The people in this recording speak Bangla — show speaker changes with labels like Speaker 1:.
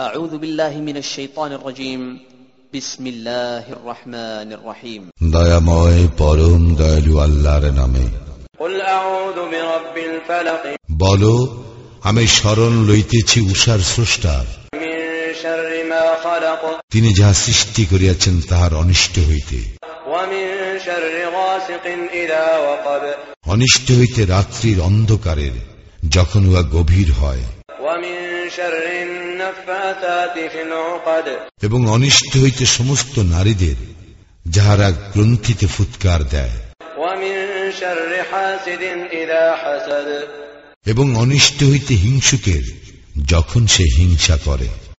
Speaker 1: أعوذ بالله من الشيطان الرجيم بسم الله الرحمن الرحيم
Speaker 2: দয়াময় পরম দয়ালু আল্লাহর নামে
Speaker 3: قل أعوذ برب الفلق
Speaker 2: বল আমি শরণ লইতেছি উষার স্রষ্টার
Speaker 3: من شر ما خلق
Speaker 2: তিনি যাহা সৃষ্টি করিয়াছেন তাহার অনিষ্ট হইতে
Speaker 3: ومن شر غاسق إذا وقب
Speaker 2: অনিষ্ট হইতে রাত্রির অন্ধকারের যখন উহা গভীর হয়
Speaker 3: ومن شر النفاثات في العقد
Speaker 2: এবং অনিষ্ট হইতে সমস্ত নারীদের যাহারা গ্রন্থিতে ফুৎকার দেয়
Speaker 3: ومن شر حاسد إذا حسد
Speaker 2: এবং অনিষ্ট হইতে হিংসুকের যখন সে হিংসা করে